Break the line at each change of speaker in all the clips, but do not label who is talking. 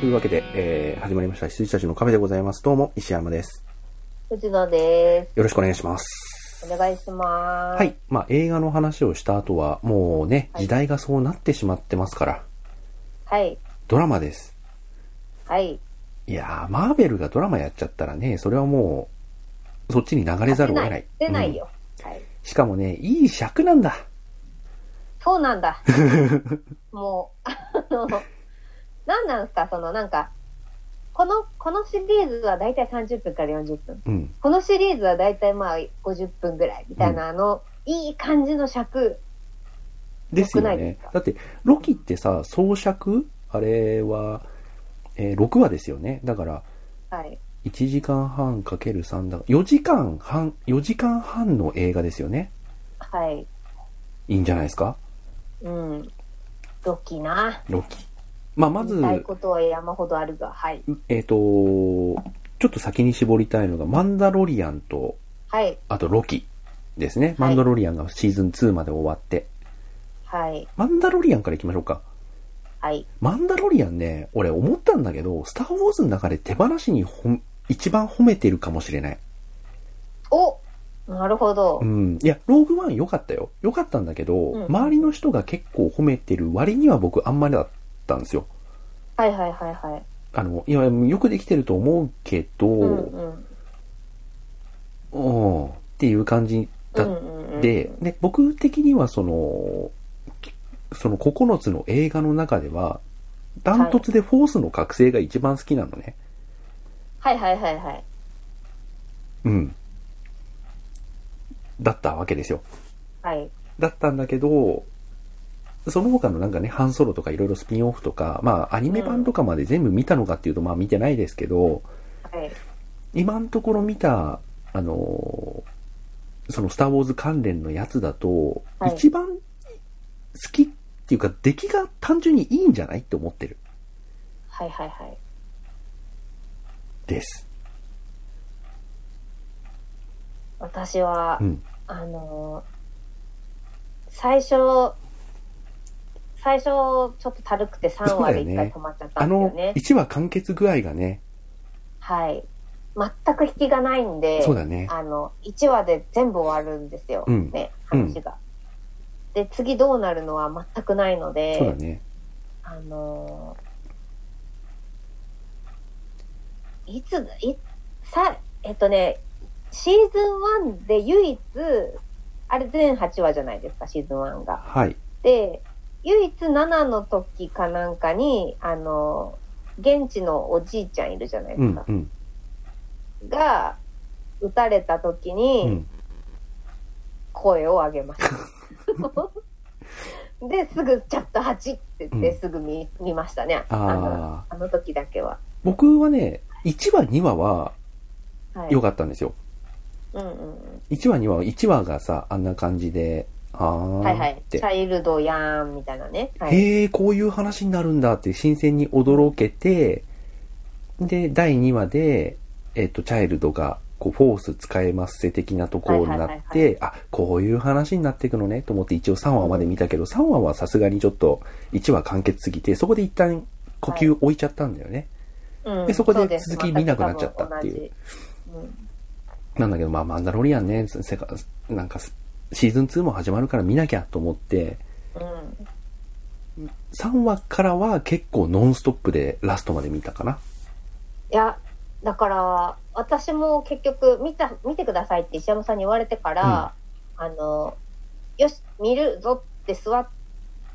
というわけで、えー、始まりました羊たちのカフェでございます。どうも、石山です。
藤野で
よろしくお願いします。
す。お願いします。
はい。。まあ、映画の話をした後は、もうね、
はい
時代がそうなってしまってますから、
はい。
ドラマです。
はい。
いやー、マーベルがドラマやっちゃったらね、それはもう、そっちに流れざるを得ない。
出な
うん
いよ。はい。
しかもね、いい尺なんだ。
そうなん だ。もう、あの、なんなんですか、その、なんか、この、このシリーズはだいたい30分から40分。
うん。
このシリーズはだいたいまあ50分ぐらいみたいな、あの、いい感じの尺。
ですよ
良くないで
ね
すか。
だって、ロキってさ、総尺あれは、えー6話ですよね。だから、
はい。
1時間半かける3だ。4時間半、4時間半の映画ですよね。
はい。
いいんじゃないですか
うん。ドキな。
ロキ。まあ、まず
言い、たいことは山ほどあるが、はい。
えっ、と、ちょっと先に絞りたいのが、マンダロリアンと、
はい。
あとロキですね。マンダロリアンがシーズン2まで終わって。
はい。
マンダロリアンから行きましょうか。
はい。
マンダロリアンね、俺思ったんだけど、スターウォーズの中で手放しにほん一番褒めてるかもしれない。
おなるほど
う。ん。いや、ローグワン良かったよ。良かったんだけど、
うん
周りの人が結構褒めてる割には僕あんまりだったんですよ。
はいはいはいはい。
あの、いや、よくできてると思うけど、
うんう
う
ん。
ん、っていう感じだ
うんうんうん
で、で、僕的にはその、その9つの映画の中では、ダントツでフォースの覚醒が一番好きなのね。
はいはいはいはい。
うん。だったわけですよ。
はい。
だったんだけど、その他のなんかね、半ソロとかいろいろスピンオフとか、まあアニメ版とかまで全部見たのかっていうと、まあ見てないですけど、
はい。
今のところ見た、あのーそのスターウォーズ関連のやつだと、
はい
一番好きっていうか、出来が単純にいいんじゃないって思ってる。
はいはいはい。
です。
私は、
うん。
あのー最初、最初、ちょっとたるくて3話で
そうだよね
一回止まっちゃった
あ
んですよ
の
ね。、
1話完結具合がね、
はい。全く引きがないんで、
そうだね。
あの、1話で全部終わるんですよ。
うん
ね、
うん
話が、で、次どうなるのは全くないので、
そうだね。
あのーいつ、い、さ、えっとね、シーズン1で唯一、あれ全8話じゃないですか、シーズン1が。
はい。
で、唯一7の時かなんかに、あのー現地のおじいちゃんいるじゃないで
う
す
ん
か、。
うん。
が、撃たれた時
う
に
ん。
声を上 げました。で、すぐチャット8って言っ
う
て、
ん
すぐ見,、見ましたね。あの、
ああ。
あの時だけは。
僕はね、1話、2話は
はい。
良かったんですよ。
うんうんうん。
1話、2話、1話がさ、あんな感じで、あ
はいは
ーっ
い。
て
チ。ャイルドやーんみたいなね。はい。
へえ、こういう話になるんだって新鮮に驚けて、で、第2話で、えっと、チャイルドが、こう、フォース使えますせ的なところにな
はい
っ
はいはい
て、あ、こういう話になっていくのね、と思って一応3話まで見たけど、3話はさすがにちょっと1話完結すぎて、そこで一旦呼吸置いちゃったんだよね。
うん
でそこで
うす
続き見なくなっちゃったっていう。
全く多分同じ
なんだけど、まあ、マンダロリアンね、せかなんか、シーズン2も始まるから見なきゃと思って、
うん。うん。
3話からは結構ノンストップでラストまで見たかな。
いや、だから、私も結局、見た、見てくださいって石山さんに言われてから、あの、よし、見るぞって座っ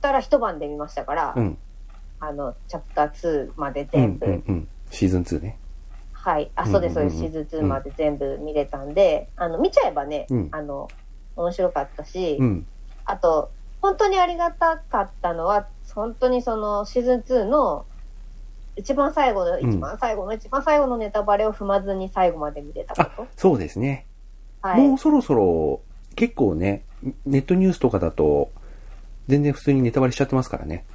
たら一晩で見ましたから、
うん。
あの、チャプター2まで
うん
全部。
うんうん。シーズン2ね。
はい。あ、
うん
そうです、そうです。
うん
シーズン2まで全部見れたんで、あの、見ちゃえばね、
うん
あの、面白かったし、
うん。
あと、本当にありがたかったのは、本当にそのシーズン2の一番最後の、
ん
一番最後の、一番最後のネタバレを踏まずに最後まで見れたこ
そうですね。
と。はい。
もうそろそろ、結構ね、ネットニュースとかだと、全然普通にネタバレしちゃってますからね。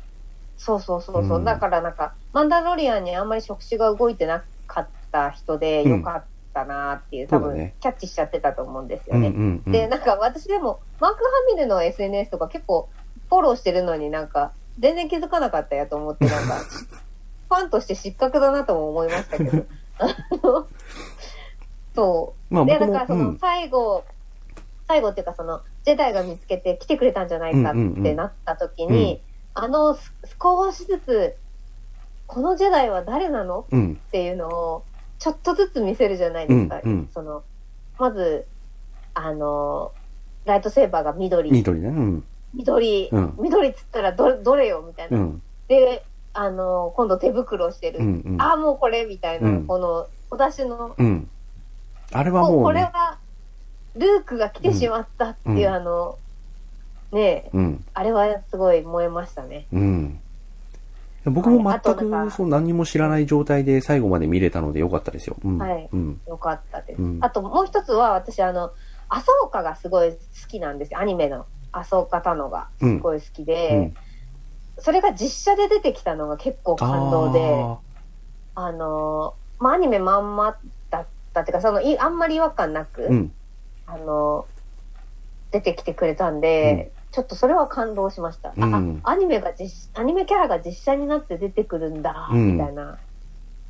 そうそうそうそう。
うん
だからなんか、マンダロリアンにあんまり触手が動いてなかった人でよかったなっていう、
んそ
多
うだ
分
ね
キャッチしちゃってたと思うんですよ
うんう
ね。
んうん。
で、なんか私でも、マーク・ハミルの SNS とか結構フォローしてるのになんか、全然気づかなかったやと思って、なんか、ファンとして失格だなとも思いましたけど。あのそう。
まあ
で、
僕も
だからそうの
ん
最後、最後っていうかその、ジェダイが見つけて来てくれたんじゃないかっ
うんうんうん
てなった時に、あの、す少しずつ、このジェダイは誰なの
うん、
っていうのを、ちょっとずつ見せるじゃないですか。
うんうん
その、まず、あの、ライトセーバーが緑。
緑ね、うん、
緑。
うん
緑っつったらど、どれよみたいうな。
ん、
で、あの、今度手袋してる。
うん、うん、
ああ、もうこれみたいな、
うん
この、お出しの
うん。あれは
こう
も
こ
う
れ
ね、
はルークが来てしまったっていう、
うん
あのねえ
うん、
あれはすごい燃えましたね
うん。僕も
はいあ
全
となん
く、
か
そう、何にも知らない状態で最後まで見れたので良かったですよ。うん。
はい
うん。
よかったです、
うん
あともう一つは私あのアソーカがすごい好きなんですよアニメのアソーカタノがす
うん。
ごい好き
う
で
ん、
それが実写で出てきたのが結構感動であのまあアニメまんまだったっていうかそのいあんまり違和感な
あ
く、
ーうん。
あの出てきてくれたんで、ちょっとそれは感動しました、あ
うん
あアニメが実アニメキャラが実写になって出てくるんだ、
うん
みたいな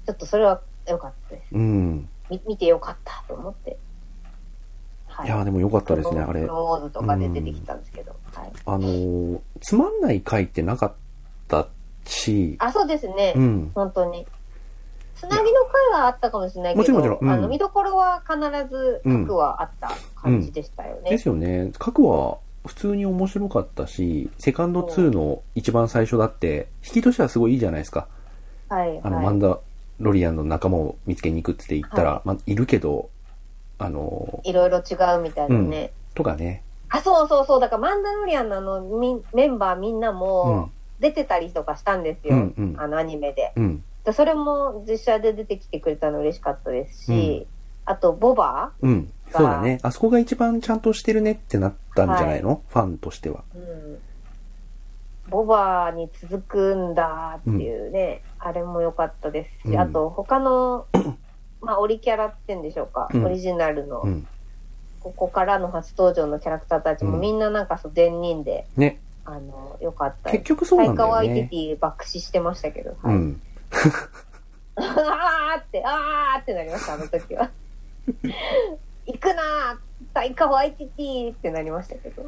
ちょっとそれは良かったです
うん。
み見て良かったと思ってはい
やーでも良かったですね、あれ
ク。ローズとかで出てきたんですけど、はい、
あのーつまんない回ってなかったし、
あそうですね、
うん。
本当につなぎの声はあったかもしれないけど
もちろんもちろんうん
あの見どころは必ず核はあった感じでしたよね、
ですよね。過去は普通に面白かったし、セカンド2の一番最初だって、引きとしてはすごいいいじゃないですか。
はい
あの、
はい
マンダロリアンの仲間を見つけに行くって言ったら、
は
まあ、いるけど、あの
いろいろ違うみたいなね、
ーとかね。
あ、そうそうそう。だから、マンダロリアンのあのみメンバーみんな
うん
も。出てたりとかしたんです
う
よ。
んうん
あのアニメで。
うん。
でそれも実写で出てきてくれたの嬉しかったですし、
うん
あと、ボバ
うん。そうだね。あそこが一番ちゃんとしてるねってなったんじゃないの、ファンとしては。
ー、うん、ボバーに続くんだっていうね、あれも良かったです
う
し、
ん
あと、他の、 まあ、オリキャラって言うんでしょうか。
うん
オリジナルの、
うん。
ここからの初登場のキャラクターたち
う
も
ん
みんななんかそう、善人で、
ね。
あの、良かったです
結局そうなんだよ
タイカワイティ
ね
テ。ィ爆死してましたけど、
う
はい
ん。
あーって、あーってなりました、あの時は。 行くなータイカワイティティってなりましたけど。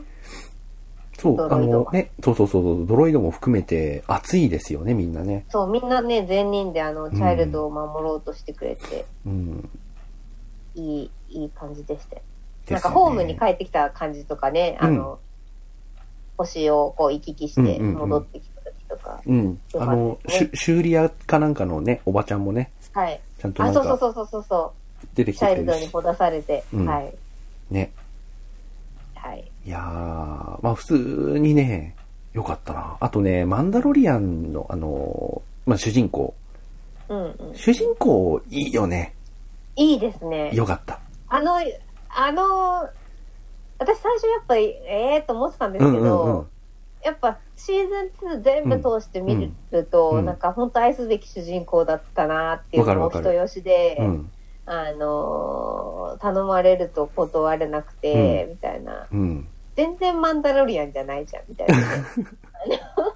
そう、
ド
あ
ロイド
の
が
ね、そうそうそうそう、ドロイドも含めて熱いですよね、みんなね。
そう、みんなね、善人であの、チャイルドを守ろうとしてくれて、
うん。
いい、いい感じでしたよ。
です
なん
よ
かホームに帰ってきた感じとかね、あの、星をこう行き来して
うんうんうん
戻ってきた時とか、
うん。
よ
あ
かった
の、
です
し
ね
ゅ修理屋かなんかのね、おばちゃんもね、
はい。
ちゃんとな
あ、
ん
そうそ
か
うそうそうそうそ
出て
う、
きて
チャ
く
イ
れ
ル
る
ドに
し。
ほだされて、
うん
はい、
ね。
はい。
いやー、まあ普通にね、よかったな。あとね、マンダロリアンのあのー、まあ主人公。
うんうん。
主人公いいよね。
いいですね。
よかった。
あの、あの、私最初やっぱり、ええー、と思ってたんですけど、やっぱシーズン2全部通して見ると、
うんうん
なんか本当愛すべき主人公だったなっていう
わかるわ
のも
かる
人よしで、
うん。
あのー頼まれると断れなくて、みたいな。
うん。
全然マンダロリアンじゃないじゃん、みた いなね。あの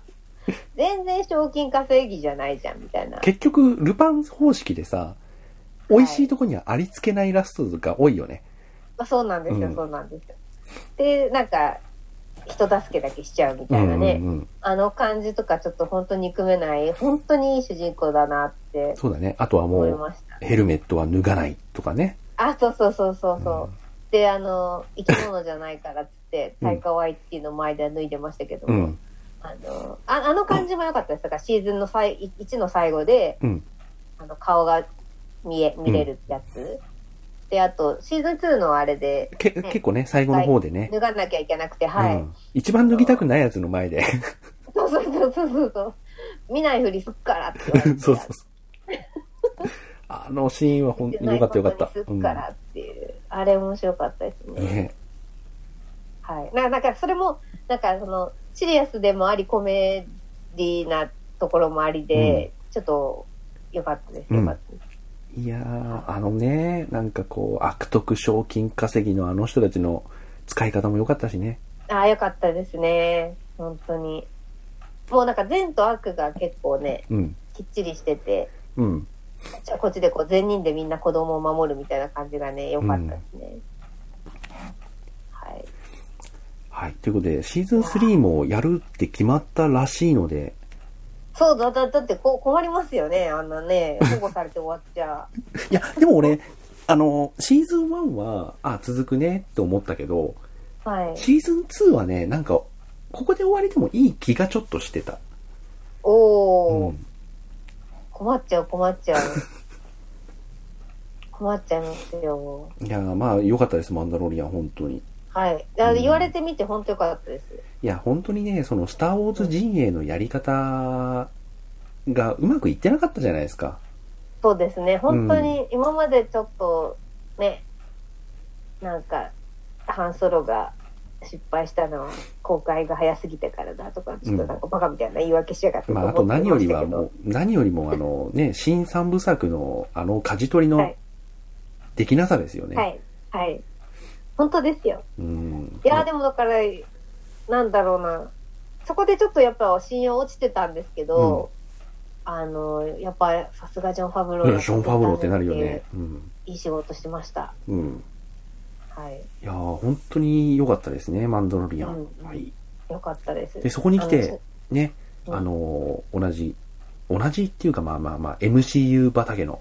全然賞金稼ぎじゃないじゃん、みたいな。
結局、ルパン方式でさ、美味しいとこにはありつけないラストが多いよね。
まあ、そうなんですよ、
うん
そうなんですよ。で、なんか、人助けだけしちゃうみたいなね。
うんうんうん。
あの感じとかちょっと本当に憎めない、本当にいい主人公だなって
そうだね。あとはも、
思いうました。
ヘルメットは脱がないとかね。
あ、そうそうそうそうそう。
うん
で、あの、生き物じゃないからっつって、
うん
タイカワイっていうの前では脱いでましたけど
う
も、
ん。
あのあ、あの感じも良かったです。だからシーズンの最1の最後で、
うん。
あの顔が見え、見れるやつ。で、あと、シーズン2のあれで、
け結構ね、最後の方でね。
脱がなきゃいけなくて、はい。
うん。一番脱ぎたくないやつの前で。
そうそうそうそうそうそう。見ないふりすっからって言われて。
そうそうそう。あのシーンはほん、よかったよかった。
すっからっていう、あれ面白かったです
う
ね。
ん。ね。
はい。ななんかそれも、なんかその、シリアスでもあり、コメディなところもありで、ちょっと、良かったです。
うん
良かったです。
いやー、あのね、なんかこう、悪徳賞金稼ぎのあの人たちの使い方も良かったしね。
ああ、良かったですね。本当に。もうなんか善と悪が結構ね、
うん。
ききっちりしてて、
うん。
じゃあこっちでこう全人でみんな子供を守るみたいな感じがね、良かったですね。はい。
はい。ということで、シーズン3もやるって決まったらしいので、
そうだ、だだってこう困りますよね、あんなね、保護されて終わっちゃ。
いや、でも俺、あの、シーズン1は、あ、続くねって思ったけど、
はい。
シーズン2はね、なんか、ここで終わりでもいい気がちょっとしてた。う
おー、
ん。
困っちゃう、困っちゃう。困っちゃいますよ。
いや、まあ、良かったです、マンダロリアン、本当に。
はい。あ
うん
言われてみて本当良かったです。
いや、本当にね、その、スター・ウォーズ陣営のやり方がうまくいってなかったじゃないですか。
そうですね、本当に今までちょっとね、なんか、ハンソロが失敗したのは公開が早すぎてからだとか、ちょっとなんかバカみたいな言い訳しやがって
まあ、あと何よりは
も
もう、何よりもあの、ね、新三部作の、あの、舵取り
は
の
い、
できなさですよね。
はい、はい。本当ですよ。
うん。
いやー、でもだから、なんだろうな、そこでちょっとやっぱ信用落ちてたんですけど、あの、やっぱさすがジョン・ファブロ
う
ー
ん、ショーン・ファブローってなるよね。。うん。
いい仕事してました。
うん。
はい。
いやー本当に良かったですね、マンダロリアン。
うん
はい。
よかったです。
で、そこに来て、ね、
うん
あのー同じ、同じっていうか、まあまあまあ、MCU 畑の、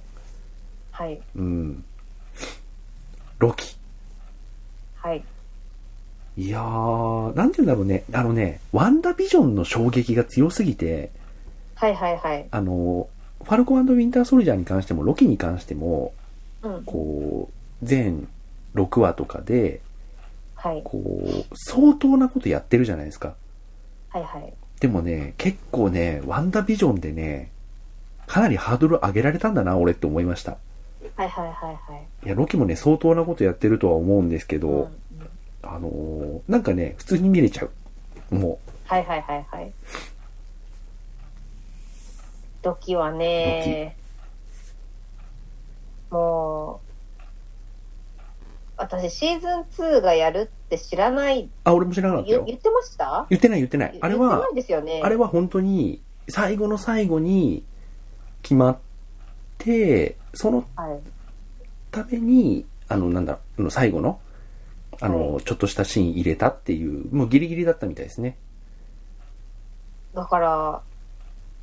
はい、
うん、ロキ。
はい。
いやー、なんて言うんだろうね、あのね、ワンダビジョンの衝撃が強すぎて、
はいはいはい。
あのーファルコンウィンターソルジャーに関しても、ロキに関しても、
うん。
こう、全6話とかで、
はい。
こう、相当なことやってるじゃないですか。
はいはい。
でもね、結構ね、ワンダビジョンでね、かなりハードル上げられたんだな、俺って思いました。
はいはいはいはい。
いや、ロキもね、相当なことやってるとは思うんですけど、
うんうん
あのーなんかね、普通に見れちゃう。も
はいはいはいはい。ドキはね、もう、私シーズン2がやるって知らない、
う。あ、俺も知らなかった
言
よ。
言ってました
言ってない言ってない。あれ
言って
は
な、いですよね。
あれは本当に、最後の最後に決まって、その
はい。
ために、あの、なんだろう、あの最後の、あの、
は
ちょっとしたシーン入れたっていう、もうギリギリだったみたいですね。
だから、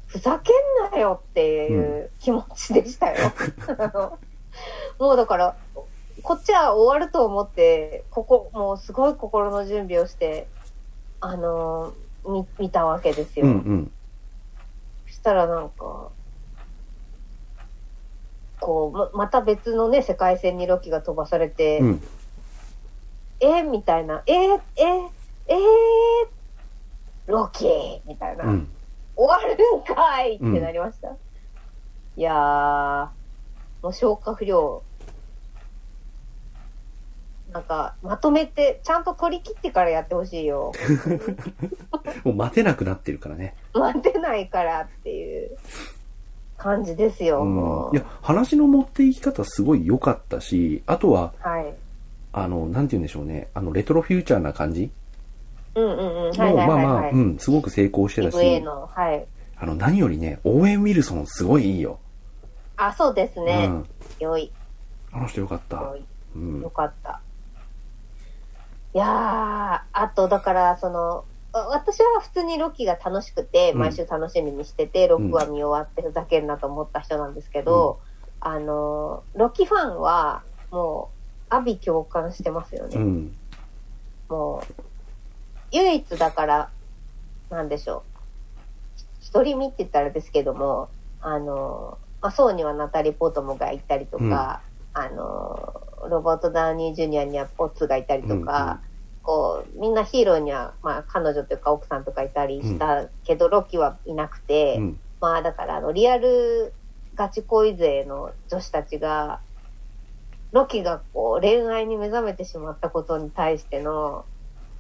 ふざけんなよっていう気持ちでしたよ。 あのもうだから、こっちは終わると思って、ここ、もうすごい心の準備をして、あのーみ見たわけですよ。
うんうん。
そしたらなんか、こう、ままた別のね、世界線にロキが飛ばされて、
うん。
えみたいな、えー、えー、えー、ロキみたいな。
うん。
終わるんかいってなりました。いやー、もう消化不良。なんか、まとめて、ちゃんと取り切ってからやってほし いよ。
もう待てなくなってるからね。
待てないからっていう感じですよ、
う
も
ん。い
う
や、話の持っていき方すごい良かったし、あとは、
はい。
あの、なんて言うんでしょうね。あの、レトロフューチャーな感じ
うんうんうん。はい
もう
はい
まあ
はい
ま
は
あ、
い。
うん、すごく成功してた
EVA
し、
の、はい。
あの、何よりね、オーエン・ウィルソンすごいいいよ。
あ、そうですね
う。ん。
良い、
あの人よかった
良。い。
うん
よ。かった。いやー、あと、だから、その、わ私は普通にロキが楽しくて、
うん
毎週楽しみにしてて、ロックは見終わってふざけんなと思った人なんですけど、あの、ロキファンは、もう、阿ビ共感してますよ
う
ね。
ん。
もう、唯一だから、なんでしょう。一人見って言ったらですけども、あの、まあ、そうにはナタリー・ポートモがいたりとか、あの、ロバート・ダーニー・ジュニアにはポッツがいたりとか、こう、みんなヒーローには、まあ、彼女というか奥さんとかいたりしたけど、ロキはいなくて、
うん。
まあ、だから、あの、リアルガチ恋勢の女子たちが、ロキがこう、恋愛に目覚めてしまったことに対しての、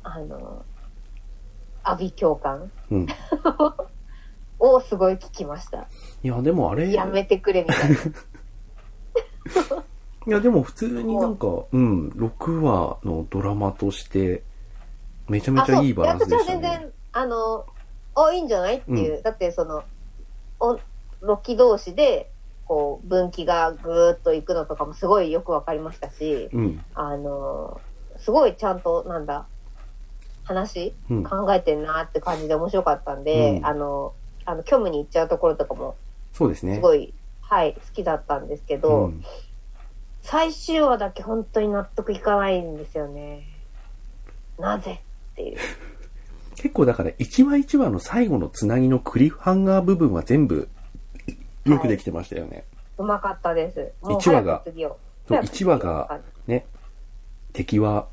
あの、阿ビ共感
うん。
をすごい聞きました。
いや、でもあれ、い
やめてくれみたいな。
や、でも普通になんか、うん、6話のドラマとして、め ちゃめちゃいいバランスで
あ
し
そ
た
う役者は全
ね。
然、あの、あ、いいんじゃないっていう。だって、その、お、ロキ同士で、こう、分岐がぐーっと行くのとかもすごいよくわかりましたし、
うん。
あのーすごいちゃんと、なんだ、話
うん。
考えてんなって感じで面白かったんで、
うん
あの、あの、虚無に行っちゃうところとかも、
そうですね。
すごい、はい、好きだったんですけ
う
ど、
ん。
最終話だけ本当に納得いかないんですよね。なぜっていう。
結構だから一話一話の最後のつなぎのクリフハンガー部分は全部よくできてましたよね。
うまかったです。もう
一話が
早く次を。
そう
早く
一
次
話
を
がね、敵は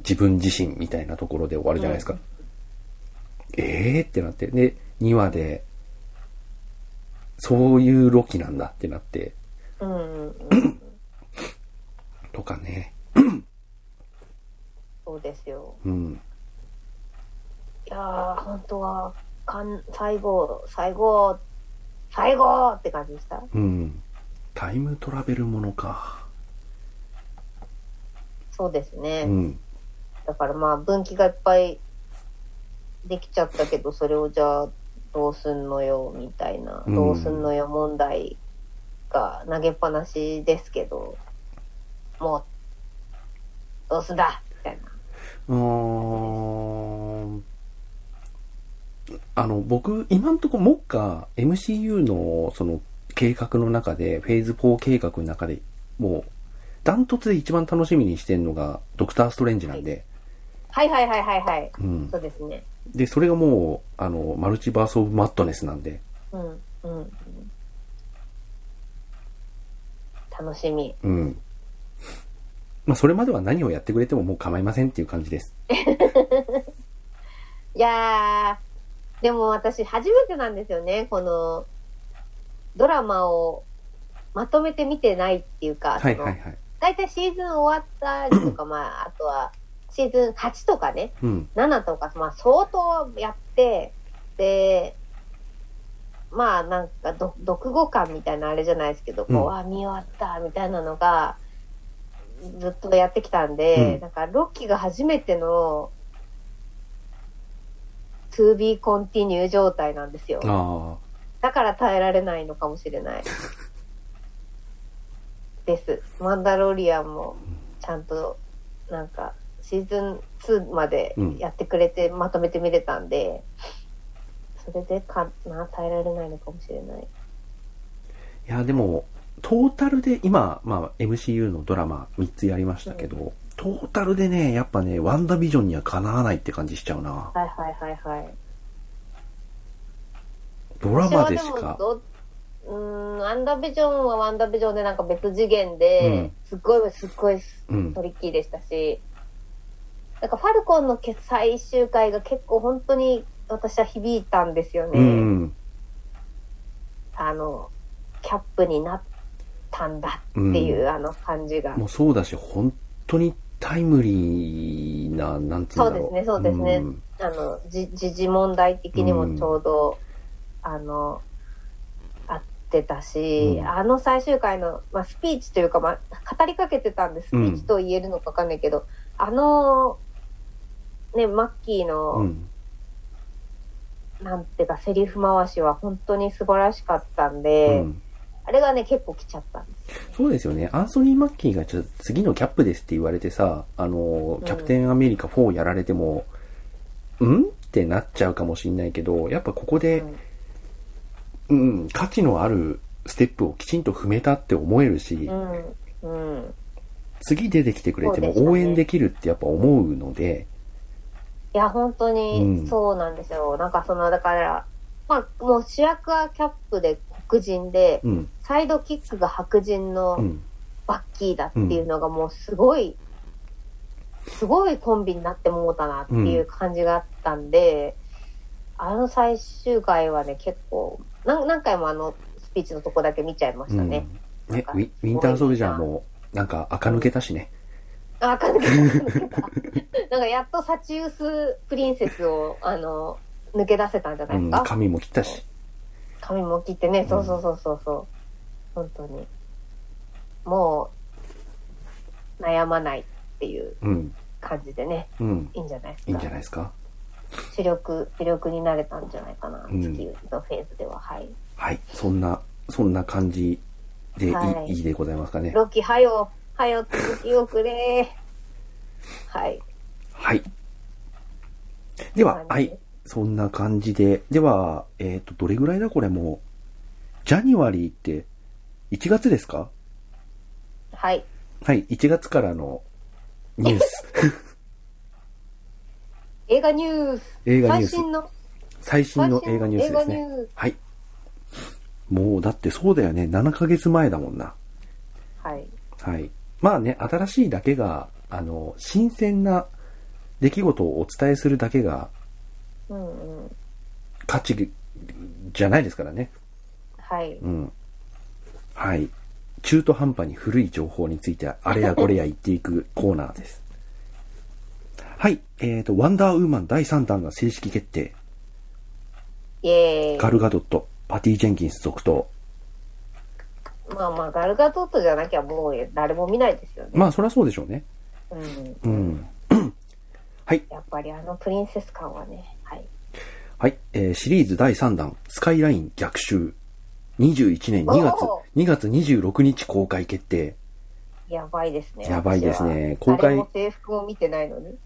自分自身みたいなところで終わるじゃないですか。
う
えーってなって。で、2話で、そういうロキなんだってなって、
うんうんうん、
とかね。
そうですよ。
うん。
いやー、本当は、かん、最後、最後、最後って感じでした。
うん。タイムトラベルものか。
そうですね。
うん。
だからまあ、分岐がいっぱいできちゃったけど、それをじゃあ、どうすんのよ、みたいな、
うん
どうすんのよ問題が投げっぱなしですけど、もう、どうすんだみたいな。
うーん。あの、僕、今んとこ、目下、MCU の、その、計画の中で、フェーズ4計画の中で、もう、ダントツで一番楽しみにしてんのが、ドクター・ストレンジなんで、
はいはいはいはいはい。
うん
そ。うですね。
で、それがもう、あの、マルチバース・オブ・マットネスなんで、
うん、うん。楽しみ。
うん。まあ、それまでは何をやってくれてももう構いませんっていう感じです。
いやー、でも私初めてなんですよね、この、ドラマをまとめて見てないっていう
は
か、
いはいは
その
い。
大体シーズン終わったりとか、まあ、あとはシーズン8とかね、
うん。
7とか、まあ相当やって、で、まあなんかど、読語感みたいなあれじゃないですけど、こう、
うん
あ、見終わった、みたいなのが、ずっとやってきたんで、
うん
なんか、ロッキーが初めての、to be continue 状態なんですよ。
あ
だから耐えられないのかもしれない。です。マンダロリアンもちゃんと、なんか、シーズン2までやってくれて、まとめて見れたんで、それでかな、耐えられないのかもしれない。
あ。いや、でも、トータルで、今、まあ、MCU のドラマ3つやりましたけど、トータルでね、やっぱね、ワンダービジョンにはかなわないって感じしちゃうな。
はいはいはいはい。
ドラ
私
マ
は
で
で
し
も
か。
どうーん、ワンダービジョンはワンダービジョンでなんか別次元
う
で
ん、
すっごいすっごい
うん
ト。リッキーでしたし、なんかファルコンの決最終回が結構本当に私は響いたんですよね。
うん。
あの、キャップになったんだっていう、
うん
あの感じが。
もうそうだし、本当にタイムリーな、なんつうんだろう。
そうですねそうですね
ん
あの、じ時事問題的にもちょうど、あの、合ってたし、
うん
あの最終回の、まあ、スピーチというか、まあ、語りかけてたんです。スピーチと言えるのかわかんないけど、あの、ね、マッキーの、
うん。
なんていうか、セリフ回しは本当に素晴らしかったん
う
で、
ん。
あれがね、結構来ちゃったんです。
そうですよね。アンソニー・マッキーがちょっと次のキャップですって言われてさ、あの
ん、
キャプテン・アメリカ4やられても、んってなっちゃうかもしんないけど、やっぱここで、
うん
うん、価値のあるステップをきちんと踏めたって思えるし、
うん。うん。
次出てきてくれて
そうでし
も
たね
応援できるってやっぱ思うので、
いや、本当
うん
にそうなんですよ。なんかその、だから、まあ、もう主役はキャップで黒人で、
うん、
サイドキックが白人
う
の
ん、
バッキーだっていうのがもうすごい、すごいコンビになってもうたなっていう感じがあったんで、あの最終回はね、結構、なん何回もあのスピーチのとこだけ見ちゃいましたね。
うん
なん
ね
か
ウィ、ウィンター・ソルジャーも、なんか、垢抜けたしね。
あ、かんない。なんかやっとサチウスプリンセスを、あの、抜け出せたんじゃな
う
いで
ん
すか。、
髪も切ったし。
髪も切ってね、そうそうそうそうそう。本当に。もう、悩まないっていう
うん、
感じでね、
うん、
いいんじゃないですか。
いいんじゃないですか。
主力、主力になれたんじゃないかな、
うん
地球のフェーズでは。はい。
はい、そんなそんな感じでいい,、
はい
い、いでございますかね。
ロキ、はよ、はよ、続きをくれ。はい。
はい。では、
そう
は
ですね
い。そんな感じで。では、えっ、と、どれぐらいだこれもう。ジャニワリーって、1月ですか
はい。
はい、1月からのニュース。
映画ニュース。
映画ニュー
最
ス。
新の、
最新の
最
映画ニュースですね。
映画ニュース
はい。もう、だってそうだよね。7ヶ月前だもんな。
はい。
はい。まあね、新しいだけが、あの、新鮮な出来事をお伝えするだけが
うんうん。
価値じゃないですからね。
はい。
うん。はい。中途半端に古い情報について、あれやこれや言っていくコーナーです。はい。えっ、と、ワンダーウーマン第3弾が正式決定。
イエー
ガルガドット、パティ・ジェンキンス続投。
イ。まあまあ、ガルガトットじゃなきゃもう誰も見ないですよね。
まあ、そりゃそうでしょうね。
うん。
うん。
やっぱりあのプリンセス感はね。はい。
はい。えーシリーズ第3弾、スカイライン逆襲。21年2月
お、
2月26日公開決定。
やばいですね。
やばいですね
私は
公開
誰も制服も見てないのに。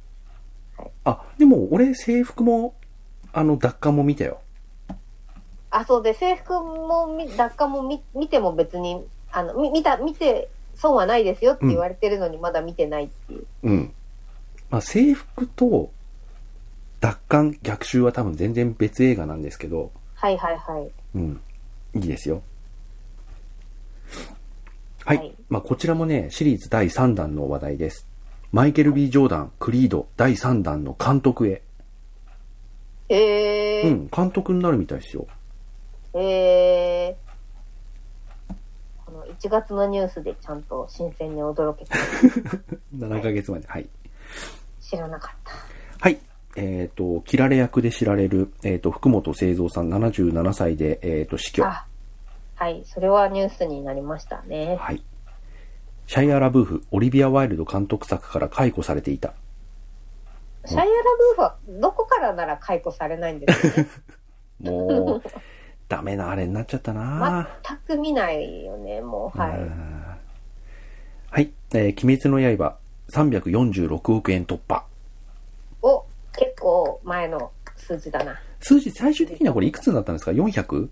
あ、でも俺制服も、あの、奪還も見たよ。
あ、そうで、制服もみ、雑貨も見見ても別に、あの、み見た、見て、損はないですよって言われてるのにまだ見てないっていう。
うん。まあ、制服と、奪還、逆襲は多分全然別映画なんですけど、
はいはいはい。
うん。いいですよ。はい。
はい
まあ、こちらもね、シリーズ第3弾の話題です。マイケル・ B ・ジョーダン、クリード第3弾の監督へ。
え
う
ー、
ん、監督になるみたいですよ。
えー、この1月のニュースでちゃんと新鮮に驚けて
7ヶ月まで。はい。
知らなかった。
はい。えっ、と、キラレ役で知られる、えっ、と、福本清三さん77歳で、えっ、と、死去。
あ、はい、それはニュースになりましたね。
はい。シャイア・ラブーフ、オリビア・ワイルド監督作から解雇されていた。
シャイアラブーフはどこからなら解雇されないんですよね。
もう、ダメなあれになっちゃったな
全く見ないよね、もう。は
う
い。
んはい。えー鬼滅の刃、346億円突破。
お、結構前の数字だな。
数字、最終的にはこれいくつになったんですか ?400?400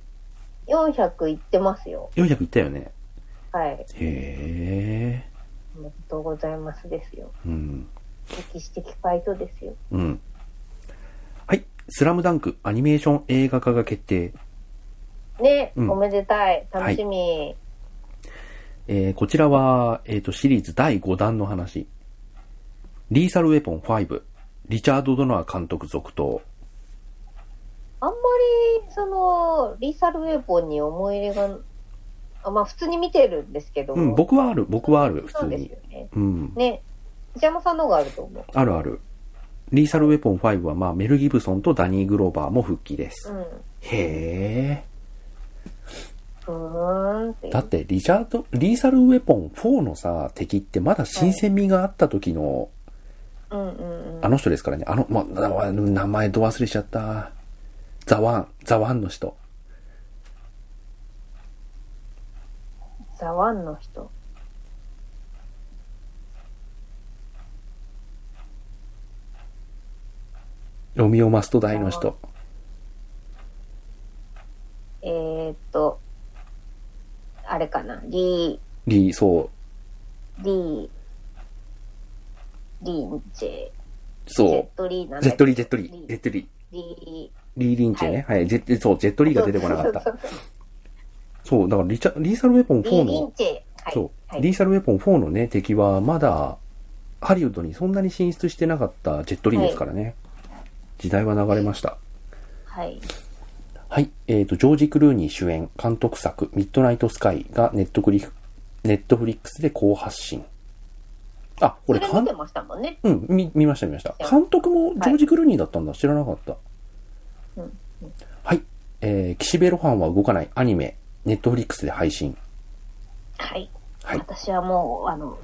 400いってますよ。
いったよね。
はい。
へえ。
おめでとうございますですよ。
うん。
歴史的快挙ですよ。
うん。はい。スラムダンク、アニメーション映画化が決定。
ね、
うん
おめでたい。楽しみ。
えーこちらは、えっ、と、シリーズ第5弾の話。リーサルウェポン5、リチャード・ドナー監督続投。
あんまり、その、リーサルウェポンに思い入れが、あまあ普通に見てるんですけど。
うん、僕はある、僕はある、普
そ
通
うです
に
よ。ね。
うん、
ね。石山さんの方があると思う。
あるある。リーサルウェポン5は、まあ、メル・ギブソンとダニー・グローバーも復帰です。
うん。
へ
うーんって
え。
いう。
だって、リチャード、リーサルウェポン4のさ、敵ってまだ新鮮味があった時の、
うんうんうん。
あの人ですからね、あの、ま、な名前ど忘れしちゃった。ザワン、ザワンの人。
ザワンの人。
ロミオ・マストダイの人。
えー、っと、あれかな。リ
リー、そう、
ー、リー、リンチェ、ジェッ
そ
トリーなん
う。
だ
ジェットリー、ジェットリ
リ
ー、
ー
ジェットリー。
リ
リー・リンチェね。はい、ジェットそう、ジェットリー
ー
が出てこなかっ
そ
た。
うそうそう
そう、だからリチャ、リーサルウェポン
リー・
4
リン
の、
チェ。はい。
そう、
はい
リーサルウェポン4のね、敵はまだ、ハリウッドにそんなに進出してなかったジェットリーですからね。時代は流れました。
はい。
はい。えっ、と、ジョージ・クルーニー主演、監督作、ミッドナイト・スカイがネットクリフ、ネットフリックスで高発信。あ、こ
そ
れ、
れ
か
見
ん
て、ましたもんね。
うん、見、見ました見ました。監督もジョージ・クルーニーだったんだ。知らなかった。
うん。うん
はい。えー、岸辺露伴は動かないアニメ、ネットフリックスで配信。
はい。
はい。
私はもう、あの、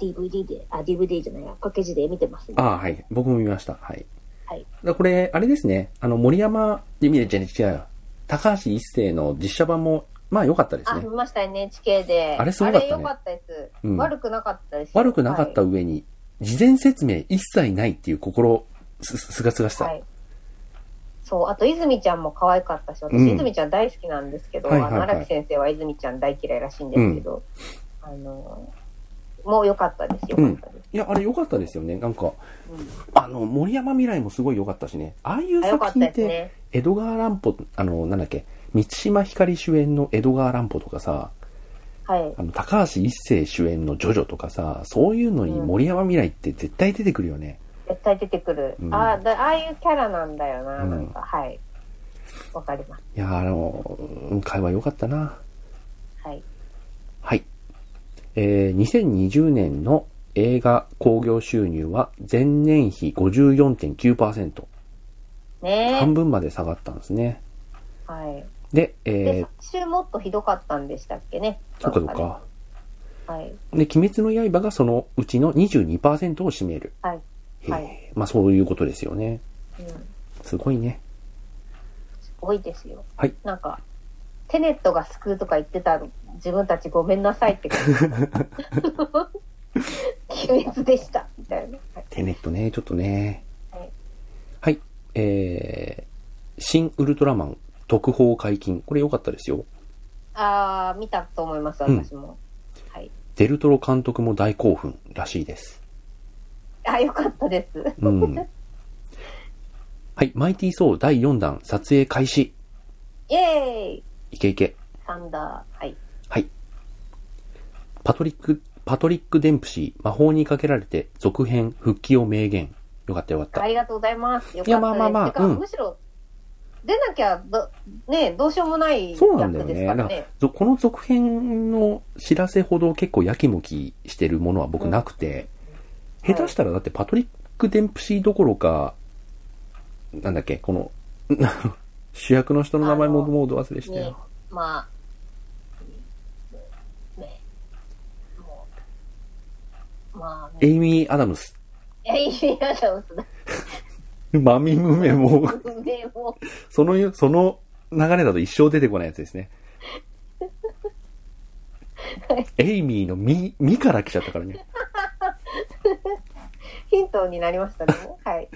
DVD で、あ、DVD じゃない、掛け字で見てますね。
ああ、はい。僕も見ました。はい。
はい。
だこれ、あれですね。あの、森山、いやいや、じゃあ違うよ。高橋一生の実写版もまあ良かったです
あ、
ね
見。ました NHK で。
あれすごかったね
あれ良かったです。
うん
悪くなかったですよ。
悪くなかった
は
上に、事前説明一切ないっていう心、す、すすがすがし
い。
さ。
はいそう、あと、泉ちゃんも可愛かったし、私、
うん
泉ちゃん大好きなんですけど、
はいはいはい
あの、荒木先生は泉ちゃん大嫌いらしいんですけど、あの、もう良かったです。良かったです。
いや、あれ良かったですよね。なんか、
うん
あの、森山未来もすごい良かったしね。ああいう
あ良か
作
っ
品っ
たです
て、
ね。
江戸川乱歩、あの、なんだっけ、三島ひかり主演の江戸川乱歩とかさ、
はい。
あの、高橋一生主演のジョジョとかさ、そういうのに森山未来って絶対出てくるよね。
絶対出てくる。
うん
ああだああいうキャラなんだよな、
うん
なんか。はい。わかります。
いや、あの、うん会話良かったな。
はい。
はい。えー2020年の映画興行収入は前年比54.9%。
ね
半分まで下がったんですね。
え。はい。
で、
で、
えー
先週もっとひどかったんでしたっけね。
そっかそっ
なんね。
か。
はい。
で、鬼滅の刃がそのうちの22%を占める。
はい。
へー
はい
まあそういうことですよね。
うん。
すごいね。
すごいですよ。
はい。
なんか、テネットが救うとか言ってた自分たちごめんなさいって 感じ。鬼滅でした。みたいな。はい
テネットね、ちょっとね。
はい
はい。えー、新ウルトラマン特報解禁。これ良かったですよ。
ああ、見たと思います、
うん
私も。はい。
デルトロ監督も大興奮らしいです。
あ、よかったです。
うん。はい。マイティーソー第4弾撮影開始。
イエーイ
いけいけ。
サンダー。はい。
はい。パトリック、パトリック・デンプシー、魔法にかけられて、続編、復帰を明言。よかったよかった。
ありがとうございます。よかったです。
いやまあまあまあ
てか
うん
むしろ、出なきゃど、ね、どうしようもない役です
そう
か
な
ら
んだよね。
ね。
だからぞこの続編の知らせほど結構やきもきしてるものは僕なくて、
うん
下手したらだってパトリック・デンプシーどころか、なんだっけ、この、 主役の人の名前も
あの
もうど忘れした
ね
よ。、
まあ、ね、もう、まあ
エ
ね、
イミー・アダムス。
いや、いいアダムスだ。
マミムメも、
名も、
その、その流れだと一生出てこないやつですね。エイミーのミ、ミから来ちゃったからね。
ヒントになり ましたね。はい。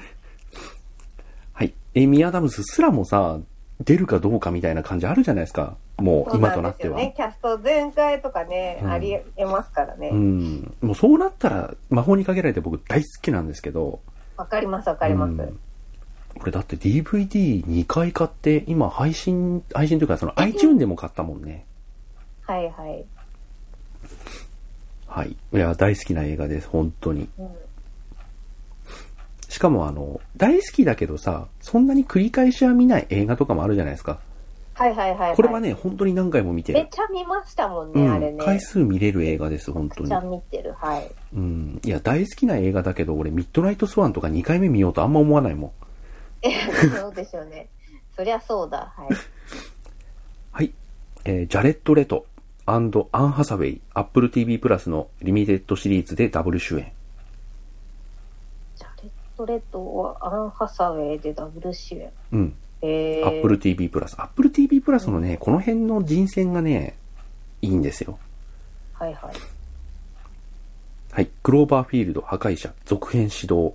はい。エイミー・アダムスすらもさ、出るかどうかみたいな感じあるじゃないですか。もう、今となっては。
そうなんですよね。キャスト全開とかね、
うん
ありえますからね
う。ん。もうそうなったら、魔法にかけられて僕大好きなんですけど。
わ、かります、わかります。
うんこれだって DVD2 回買って、今配信、配信というかその iTune でも買ったもんね。
はいはい。
はい。いや、大好きな映画です、本当に。
うん
しかもあの、大好きだけどさ、そんなに繰り返しは見ない映画とかもあるじゃないですか。
はいはいはい、はい。
これはね、本当に何回も見て
めっ
る。
ちゃ見ましたもん
う
ね、あれ
ん。
ね。
回数見れる映画です、本当
め
に
っち。ゃ見てる。はい。
うん。いや、大好きな映画だけど、俺、ミッドナイトスワンとか2回目見ようとあんま思わないもん。
え、 そうでしょうね。そりゃそうだ。はい。
はい。えージャレット・レトアンハサウェイ、Apple TV プラスのリミテッドシリーズでダブル主演。
ジャレット・レッドはアン・ハサウェイでダブル主演。
うん。
えー、
Apple TV プラス。Apple TV プラスのね、この辺の人選がね、いいんですよ。
はいはい。
はい。クローバーフィールド、破壊者、続編始動。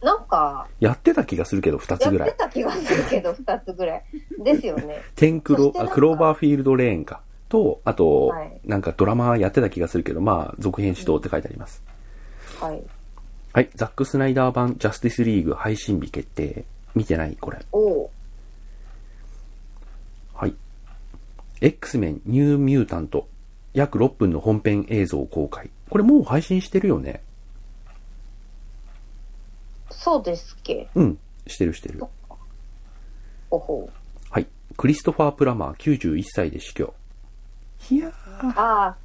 なんか、
やってた気がするけど、2
や
つ
っ
ぐら
て
い。
た気がするけど、2つぐらい。ですよ ね。
テンク
そし
ロ、
てな
あ
んか
クローバーフィールドレーンか。と、あと、
はい
なんかドラマやってた気がするけど、まあ、続編始動って書いてあります。
はい。
はい。ザック・スナイダー版ジャスティスリーグ配信日決定。見てないこれ。
おお。
はい。X-Men ニューミュータント。約6分の本編映像公開。これもう配信してるよね。
そうですっけ。
うん。してるしてる。
おほう。
はい。クリストファー・プラマー91歳で死去。いやー。
ああ。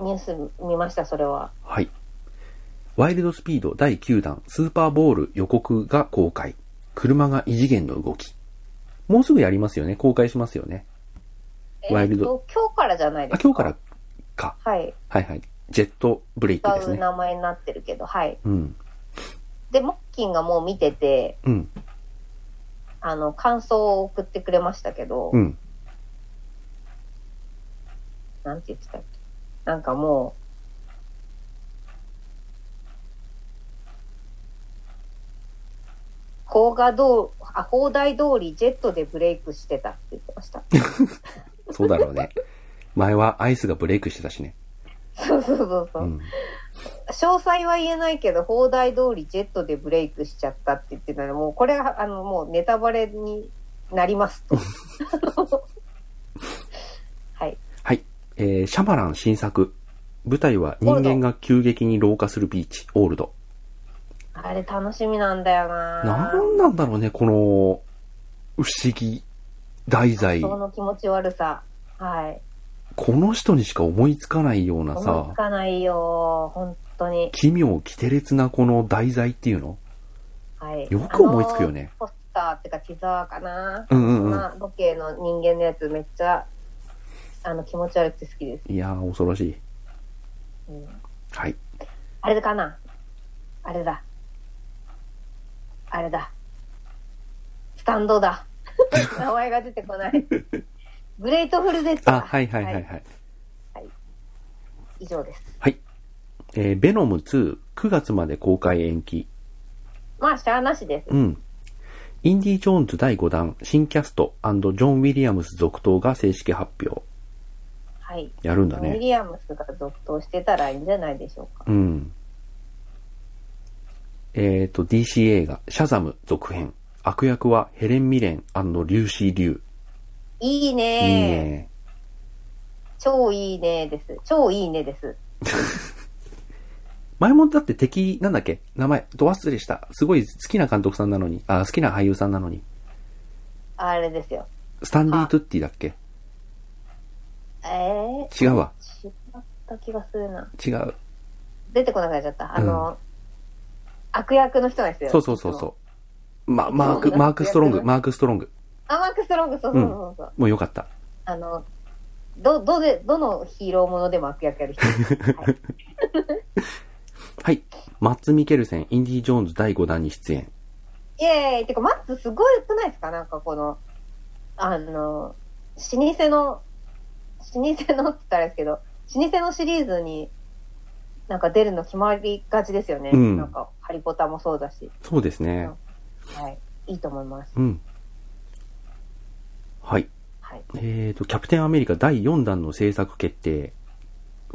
ニュース見ました、それは。
はい。ワイルドスピード第9弾スーパーボール予告が公開。車が異次元の動き。もうすぐやりますよね。公開しますよね。
えーと
ワイルド。
今日からじゃないで
あ、
すか。
今日からか。
はい。
はいはい。ジェットブレイクで
使
す
う
ね。
名前になってるけど、はい。
うん。
で、モッキンがもう見てて、
うん。
あの、感想を送ってくれましたけど、
うん。
なんて言ってたっけなんかもう、高画道、あ、高台通りジェットでブレイクしてたって言ってました。
そうだろうね。前はアイスがブレイクしてたしね。
そうそうそうそうう。
ん。
詳細は言えないけど、砲台通りジェットでブレイクしちゃったって言ってたので、もうこれは、あの、もうネタバレになりますと。はい。
はい。えー、シャマラン新作。舞台は人間が急激に老化するビーチ、オールド。
あれ楽しみなんだよな
なんなんだろうね、この、不思議、題材。
そ
こ
の気持ち悪さ。はい。
の人にしか思いつかないような
思い
さ
つ、かないよ本当に。
奇妙、奇てれつなこの題材っていうの
はい。
よく思いつくよね
あのポスターってかティザーかな、
うんうんうん。
まあ、時計の人間のやつめっちゃ、あの、気持ち悪くて好きです。
いやー、恐ろしい。
うん
はい。
あれかなあれだ。あれだ。スタンド だ。名前が出てこない。グレートフルデッド
あ、
だ。
はいはいはいはい。
以上です。
えー、ベノム2、9月まで公開延期。
まあ、しゃあなしです。
うん。インディ・ジョーンズ第5弾、新キャストジョン・ウィリアムス続投が正式発表。
はい。
やるん
ウ
だ
ィ
ね。
リアムスが続投してたらいいんじゃないでしょうか。
うん。えっ、と、DC 映画、シャザム続編。悪役はヘレン・ミレンリューシー・リュウ。
いい
いい
ねー
ね。
超いいねーです。超いいねです。
前もだって敵、なんだっけ名前、ド忘れした。すごい好きな監督さんなのに、あ、好きな俳優さんなのに。
あれですよ。
スタンリー・トゥッティだっけ
えー、
違うわ。
違った気がするな。
違う。
出てこなくなっちゃった。あの、悪役の人ですよ。
そうそうそうそう。ま、マーク、マーク・ストロング、マーク・ストロング。
あ、マーク・ストロング、そうそうそうそう、
もうよかった。
あの、ど、どで、どのヒーローものでも悪役や る人。はい、
はい。マッツ・ミケルセン、インディ・ジョーンズ第5弾に出演。
イエーイてか、マッツすごいくないですかなんかこの、あの、老舗の、老舗のって言ったらあれですけど、老舗のシリーズに、なんか出るの決まりがちですよね。
うん
なんか、ハリポタもそうだし。
そうですね。
はい。いいと思います。
うん。はい。
はい。
えーと、キャプテンアメリカ第4弾の制作決定。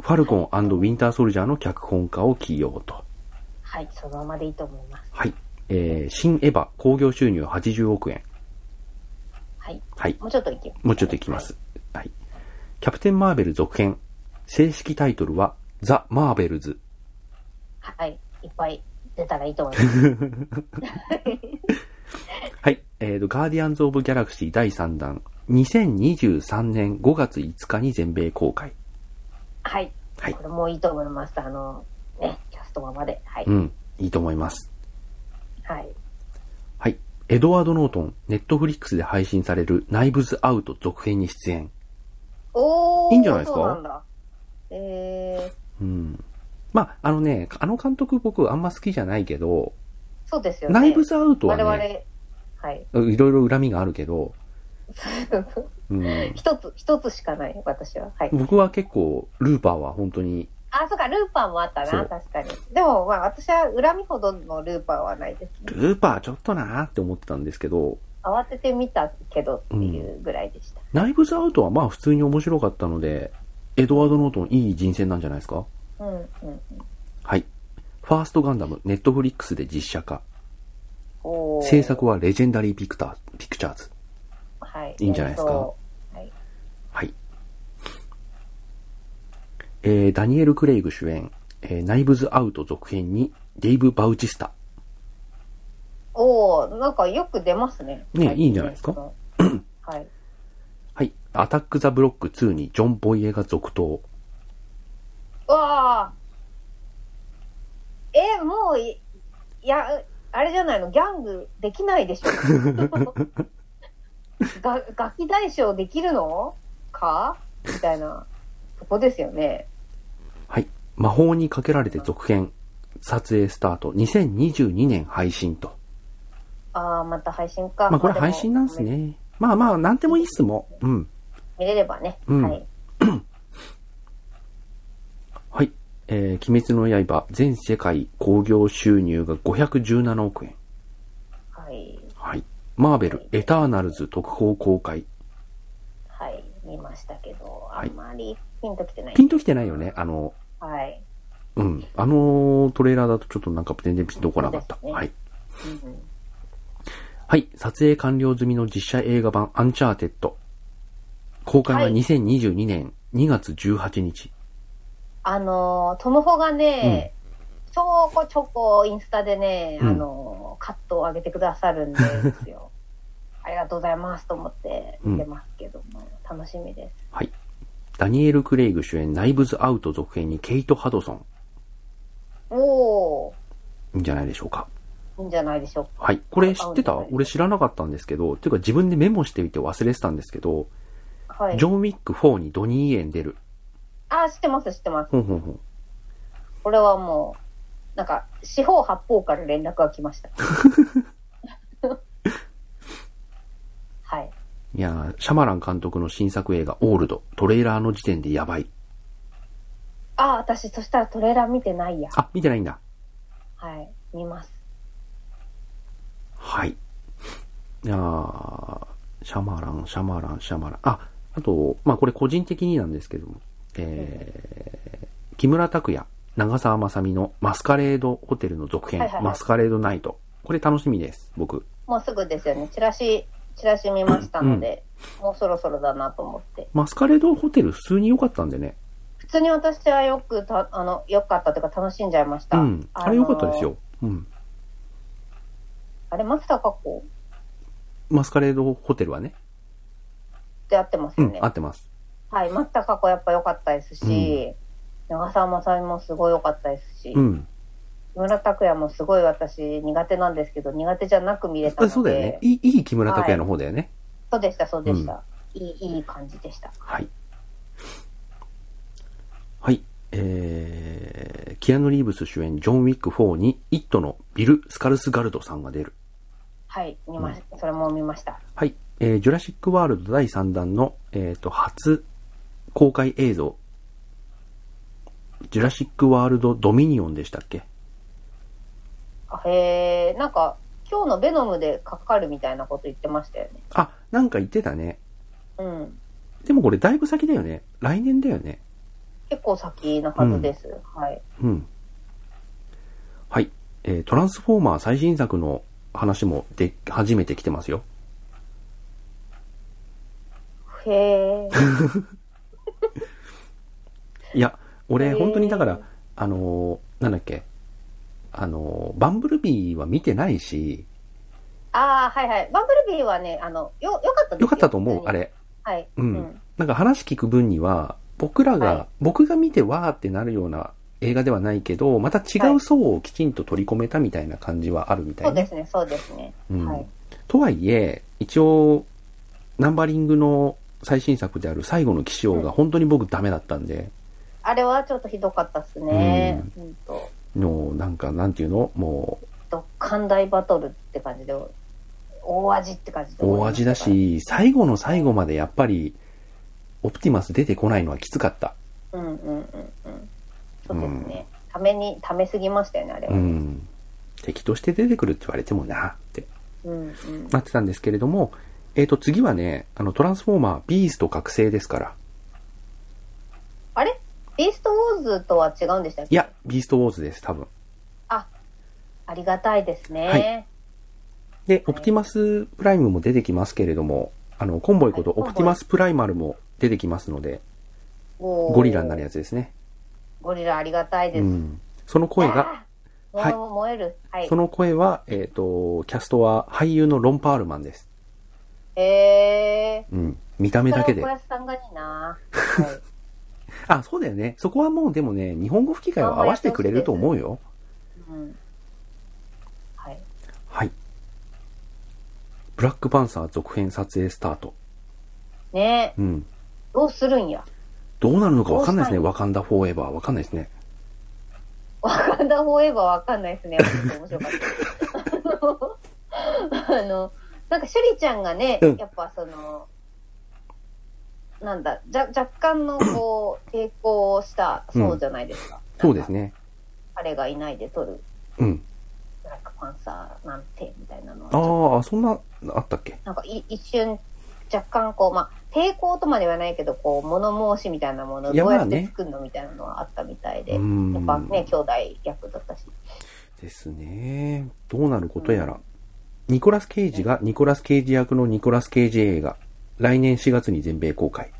ファルコンウィンター・ソルジャーの脚本家を起用と。
はい。そのままでいいと思います。
はい。えー、新エヴァ、興行収入80億円。
はい。
はい。
もうちょっといきます。
もうちょっといきます。はい。キャプテン・マーベル続編。正式タイトルは、ザ・マーベルズ。
はい。いっぱい出たらいいと思います。
はい。えーと、ガーディアンズ・オブ・ギャラクシー第3弾。2023年5月5日に全米公開。
はい。
はい
こ。れもいいと思います。あの、ね、キャストままで。はい。
うん。いいと思います。
はい。
はい。エドワード・ノートン、ネットフリックスで配信されるナイブズ・アウト続編に出演。
おー。
いいんじゃないですか
そうなんだ。えー、
うん。まあ、あのね、あの監督僕あんま好きじゃないけど、
そうですよね。
ナイブズ・アウトはね、
我々、はい。
いろいろ恨みがあるけど、うん。
一つ、一つしかない、私は。はい。
僕は結構、ルーパーは本当に、
あ、そうか、ルーパーもあった
そ
な、
う
確かに。でも、まあ、私は恨みほどのルーパーはないですね。
ルーパーちょっとなーって思ってたんですけど、
慌ててみたけどっていうぐらいでした。
ナイブズ・アウトはまあ普通に面白かったので、エドワード・ノートンいい人選なんじゃないですか
うん、うん、うん。
はい。ファーストガンダム、ネットフリックスで実写化。
おー
制。作はレジェンダリーピクター、ピクチャーズ。
はい。
いいんじゃないですか
えっとはい。
はい。えー、ダニエル・クレイグ主演、えー、ナイブズ・アウト続編に、デイブ・バウチスタ。
おー、なんかよく出ますね。
ね
はい
いんじゃないですか
はい。
はい。アタック・ザ・ブロック2にジョン・ボイエが続投。
うわあ。え、もうい、いや、あれじゃないの、ギャングできないでしょ。 がガキ大将できるのかみたいなとこですよね。
はい。魔法にかけられて続編、撮影スタート、2022年配信と。
ああ、また配信か。
まあこれ
でも
配信なんです。ね。まあまあ、なんでもいいっすもん。うん。
見れればね。
うん
はい。
はい。えー、鬼滅の刃、全世界興行収入が517億円。
はい。
はい。マーベル、エターナルズ特報公開。
はい。見ましたけど、あ
い
んまりピンときてない。
ピンときてないよね。あの、
はい。
うん。あのトレーラーだとちょっとなんか全然ピンとこなかった。
そうですね
はい。
うん
はい。撮影完了済みの実写映画版アンチャーテッド。公開は
はい
2022年2月18日。
あのー、トムホがね、ちょこちょこインスタでね、
うん
あのー、カットを上げてくださるんです よ。ありがとうございますと思って見てますけども、楽しみです。
ダニエル・クレイグ主演ナイブズ・アウト続編にケイト・ハドソン。
おー、
いいんじゃないでしょうか。
いいんじゃないでしょうか。
はい。これ知ってた
あはい
俺知らなかったんですけど、っていうか自分でメモしていて忘れてたんですけど、
はい
ジョ。ン・ウィック4にドニー・イエン出る。
あ、知ってます、知ってます。
ほんほんほん。
これはもう、なんか、四方八方から連絡が来 ました。はい。
いやーシャマラン監督の新作映画オールド、トレーラーの時点でやばい。
あ、私、そしたらトレーラー見てないや。
あ、見てないんだ。
はい。見ます。
はい。いやーシャマラン、シャマラン、シャマラン。あ、あと、まあ、これ個人的になんですけども、えー、木村拓哉、長澤まさみのマスカレードホテルの続編、
はいはいはい
マスカレードナイト。これ楽しみです、僕。
もうすぐですよね。チラシ、チラシ見ましたので、もうそろそろだなと思って。
マスカレードホテル普通に良かったんでね。
普通に私はよくた、あの、良かったというか楽しんじゃいまし
う
た。
ん。あれ良かったです。よ。うん。
あれ、松たか子
マスカレードホテルはね。
って合ってます
う
よ
ん
ね。、
合ってます。
はい。松たか子やっぱ良かったですし、長澤まさみもすごい良かったですし、
うん。
木村拓哉もすごい私苦手なんですけど、苦手じゃなく見れたの
あ
で。
そうだよね。いい、いい木村拓哉の方だよね。
そうでした、そうでした。いい、いい感じでした。
はい。はい。えー、キアヌ・リーブス主演、ジョン・ウィック4に、イットのビル・スカルスガルドさんが出る。
はい。見ましそれも見ました。
はい。えー、ジュラシック・ワールド第3弾の、えっ、と、初公開映像。ジュラシック・ワールド・ドミニオンでしたっけ
あへえ、なんか、今日のベノムでかかるみたいなこと言ってましたよね。
あ、なんか言ってたね。
うん。
でもこれだいぶ先だよね。来年だよね。
結構先のはずです。はい。
うん。はい。えー、トランスフォーマー最新作の話もで、初めて来てますよ。
へえ。
いや、俺、
へー
本当にだから、あのー、なんだっけ、あのー、バンブルビーは見てないし、
ああ、はいはい。バンブルビーはね、あの、よ、よかったです
よかったと思う、あ。れ。
はい。
う
うんん。
なんか話聞く分には、僕らが、
はい
僕が見てわーってなるような映画ではないけど、また違う層をきちんと取り込めたみたいな感じはあるみた
そ
いうね。
ですね、そうですね。
うん
はい。
とはいえ、一応、ナンバリングの最新作である最後の騎士王が本当に僕ダメだったんで、
あれはちょっとひどかったっすね。うんと。
もうなんか、なんていうのもう、
ドッカン大バトルって感じで、大味って感じで。
大味だ。し、最後の最後までやっぱり、オプティマス出てこないのはきつかった。
うんうんうんうん。そうですね。ために、ためすぎましたよね、あれは。
う
うん
ん。敵として出てくるって言われてもな、って
うん。
なってたんですけれども、えっ、と、次はね、あの、トランスフォーマー、ビースト覚醒ですから。
あれビーストウォーズとは違うんでしたっけ
いや、ビーストウォーズです、多分。
ありがたいですね。
はで、オプティマスプライムも出てきますけれども、あの、コンボイこと
はい
オプティマスプライマルも出てきますので、
ゴ
ゴリラになるやつですね。
ゴリラありがたいで
う
す。
ん。その声が、
あー。
はい
燃え燃える。はい
そ。の声は、えっ、と、キャストは俳優のロン・パールマンです。
えー。
うん。見た目だけで
それ。は小安さんがいいな。はい
あ、そうだよね。そこはもうでもね、日本語吹き替えを合わせてくれると思うよ。
うんはい。
はい。ブラックパンサー続編撮影スタート。
ねえ
うん。
どうするんや。
どうなるのかわかんないですね。
ど
ワカンダフォーエバー。わかんないですね。
ワカンダフォーエバーわかんないですね。面白かった。 あの、なんか、シュリちゃんがね、
うん
やっぱその、なんだ、じゃ、若干のこう、抵抗をした、そうじゃないですか。
そうです
ね。
ね。
彼がいないで撮る、
うん。
ブラックパンサーなんて、みたいなのはちょっと
ああ、そんな、あったっけ
なんかい一瞬、若干こう、まあ、抵抗とまではないけど、こう、物申しみたいなものを
いや
どうやっ
まあ
て
ね
作るのみたいなのはあったみたいで、
う
や
ん。
っぱね、兄弟役だったし。
ですね。どうなることやら。ニコラス・ケイジがニコラス・ケイジ役のニコラス・ケイジ映画。来年4月に全米公開。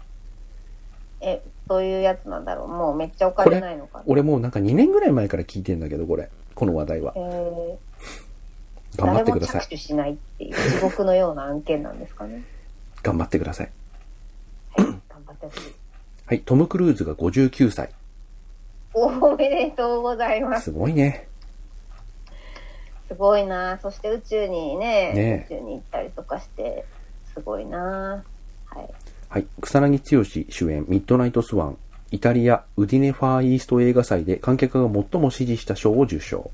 え、どういうやつなんだろうもうめっちゃお
こ
金
れ
ないのかな。
俺もうなんか2年ぐらい前から聞いてんだけど、これ。この話題は
え。ー、
頑張ってくだ
誰
さ
も
い
着。手しないっていう地獄のような案件なんですかね。
頑張ってください。
はい、頑張ってほしい。
はい、トム・クルーズが59歳。
おめでとうございます。
すごいね。
すごいなそして宇宙にね、
ね
宇宙に行ったりとかして、すごいなはい。
はい、草薙剛主演、ミッドナイト・スワン。イタリア、ウディネファー・イースト映画祭で観客が最も支持した賞を受賞。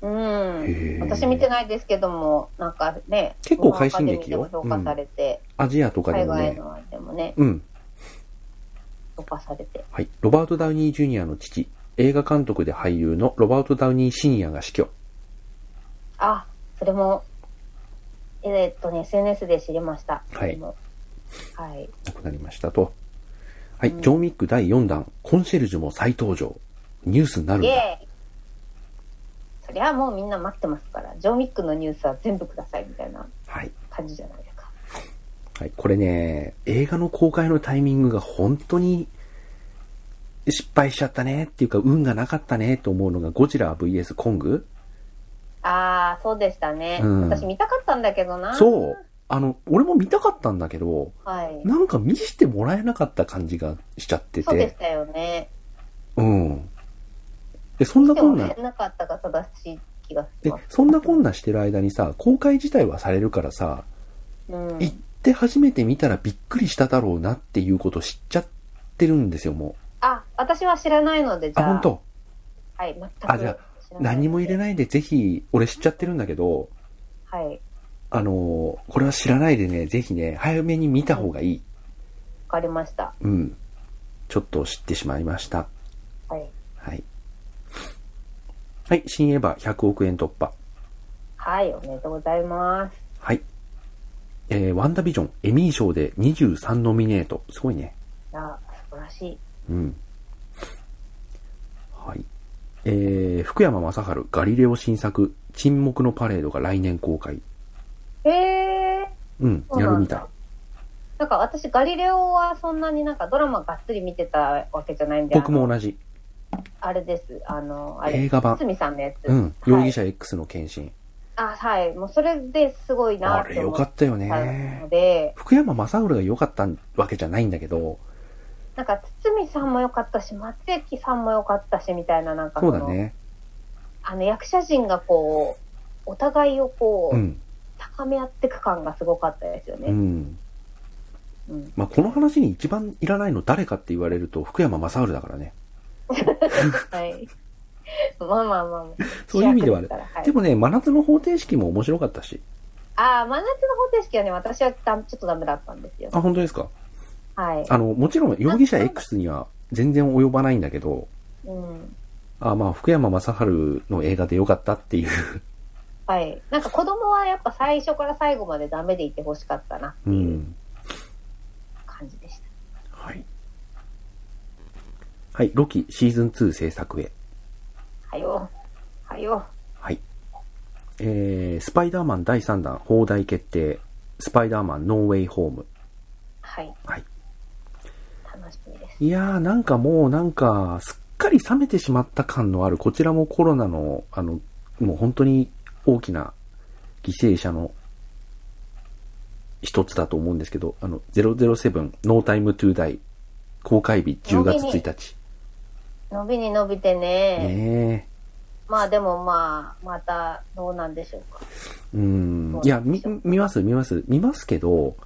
うん
へー
私見てないですけども、なんかね、
結構快進撃よ
日本アカデミーでも評価されて、
アジアとかで
海
も
外
ね。
のあれでもね、
うん。
評価されて。
はい、ロバート・ダウニー・ジュニアの父、映画監督で俳優のロバート・ダウニー・シニアが死去。
あ、それも、えーっとね、SNS で知りました。
はい
でもはい。
亡くなりましたと。はい、ジョー・ミック第4弾、コンシェルジュも再登場。ニュースになるん
イ
だ。
エーイそりゃもうみんな待ってますから、ジョーミックのニュースは全部くださいみたいな
はい。
感じじゃないですか。
はい、これね、映画の公開のタイミングが本当に失敗しちゃったねっていうか、運がなかったねと思うのが、ゴジラ VS コング
ああ、そうでしたね。
うん
私見たかったんだけどな。
そう。あの、俺も見たかったんだけど、
はい。
なんか見してもらえなかった感じがしちゃって。
そうでしてたよね。
うん。で、そんな
で
こん
も
な
ね、、なかったが正しい気がし
で
ます。
そんなこんなしてる間にさ、公開自体はされるからさ、
うん。
行って初めて見たらびっくりしただろうなっていうこと知っちゃってるんですよ、もう。
あ、私は知らないので、じ
あ、
ゃあ。
本当
はい、全く知らな
あ
い。
じゃ何も入れないでぜひ、俺知っちゃってるんだけど、
はい。
あのーこれは知らないでね、ぜひね、早めに見た方がいい。
わかりました。
うん。ちょっと知ってしまいました。
はい。
はい。はい、新エヴァ100億円突破。
はい、おめでとうございます。
はい。えー、ワンダビジョン、エミー賞で23ノミネート。すごいね。
いや、素晴らしい。
うん。はい。えー、福山雅治、ガリレオ新作、沈黙のパレードが来年公開。
へえ。
うん、
そう
や
なんだ
るみたい。
なんか私、ガリレオはそんなになんかドラマがっつり見てたわけじゃないんで。
僕も
あの
同じ。
あれです。あの、あれ。
映画版。
堤さんのやつ。
うん。
は
容
い
疑者 X の献身。
あ、はい。もうそれですごいな
あれ良か
っ
ったよ
た
ね
の。で、
福山雅治が良かったわけじゃないんだけど、
なんか堤さんも良かったし、松雪さんも良かったし、みたいな、なんか
そうだ
の
ね。
あの、役者陣がこう、お互いをこ
う
う、
ん。
高め合ってく感がすごかったですよ
う
ね。
ん。
うん。
まあ、この話に一番いらないの誰かって言われると、福山雅治だからね。
はい。 まあまあまあまあ。
そういう意味ではある
主役すからはい
でもね、真夏の方程式も面白かったし。
ああ、真夏の方程式はね、私はだちょっとダメだったんですよ。
あ、本当ですか
はい。
あの、もちろん容疑者 X には全然及ばないんだけど、
うん。
あ、まあ、福山雅治の映画で良かったっていう。
はい。なんか子供はやっぱ最初から最後までダメでいてほしかったなって
う。
いうん感じでした。
はい。はい、ロキシーズン2制作へ。
はよ。はよ。
はい。えー、スパイダーマン第3弾、放題決定。スパイダーマンノーウェイホーム。
はい。
はい。
楽しみです。
いやー、なんかもうなんか、すっかり冷めてしまった感のある、こちらもコロナの、あの、もう本当に大きな犠牲者の一つだと思うんですけど、あの、007、ノータイムトゥーダイ、公開日10月1日。
伸びに伸びてね。
ね
まあでもまあ、またどうなんでしょうか。
え。うん。いや、み、見ます、見ます、見ますけど、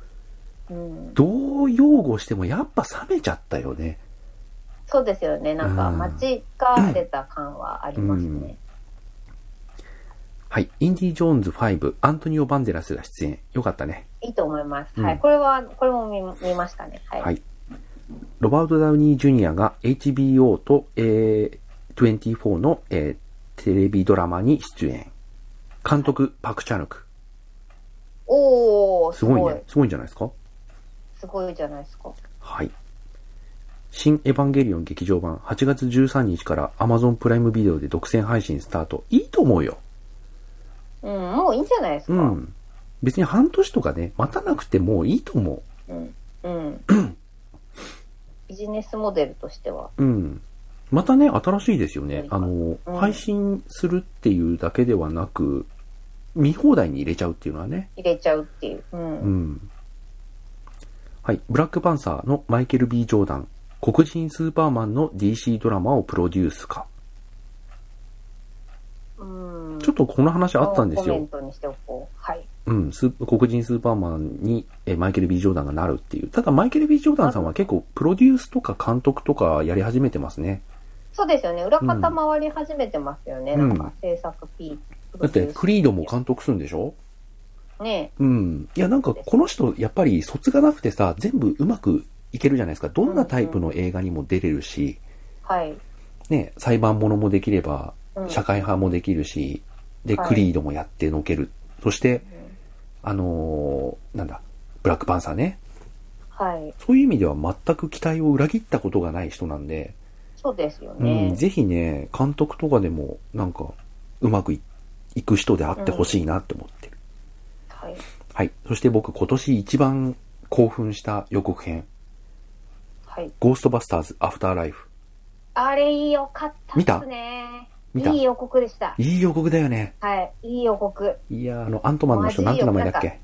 うん。
どう擁護してもやっぱ冷めちゃったよね。
そうですよね。なんか
うん
街が出た感はありますね。
はい。インディ・ジョーンズ5、アントニオ・バンデラスが出演。よかったね。
いいと思います。
うん
はい。これは、これも見見ましたね。はい。
はい。ロバート・ダウニー・ジュニアが HBO と、えー、24の、えーテレビドラマに出演。監督、パク・チャヌク。
おー、
す
す
ご
ご
い
い。
ね。すごいんじゃないですか
すごいじゃないですか。
はい。新エヴァンゲリオン劇場版8月13日から Amazon プライムビデオで独占配信スタート。いいと思うよ。
うん、もういいんじゃないですか。
うん。別に半年とかね、待たなくてもういいと思う。
うん。うん。ビジネスモデルとしては。
うん。またね、新しいですよ
う
ね。
ん
あの、
うん
配信するっていうだけではなく、見放題に入れちゃうっていうのはね。
入れちゃうっていう。うん。
うん。はい。ブラックパンサーのマイケル・ B ・ジョーダン。黒人スーパーマンの DC ドラマをプロデュースか。
うん。
ちょっとこの話あったんです
コメ
よ
ン。トにしておこう。はい。
うん、スー黒人スーパーマンにえーマイケル・ B ・ジョーダンがなるっていう。ただマイケル・ B ・ジョーダンさんは結構プロデュースとか監督とかやり始めてますね。
そうですよね。裏方回り始めてますよね。
うん
なんか制作 P。
だってクリードも監督するんでしょ
ね
うん。いやなんかこの人やっぱり卒がなくてさ、全部うまくいけるじゃないですか。どんなタイプの映画にも出れるし、
はい。
ね、裁判ものもできれば、
うん
社会派もできるし、で、
はい
クリードもやってのける。そして、あのーなんだ、ブラックパンサーね。
はい。
そういう意味では全く期待を裏切ったことがない人なんで、
そうですよ
うん、
ね。
ぜひね、監督とかでも、なんか、うまくいいく人であってほしいなって思ってる。
はい。
はい。そして僕、今年一番興奮した予告編、
はい。
ゴーストバスターズアフターライフ。
あれ、よかったですね。
見た
いい予告でした。
いい予告だよね。
はい。いい予告。
いやーあの、アントマンの人、な
マ
ん
ジ
て
よ
名前だっけ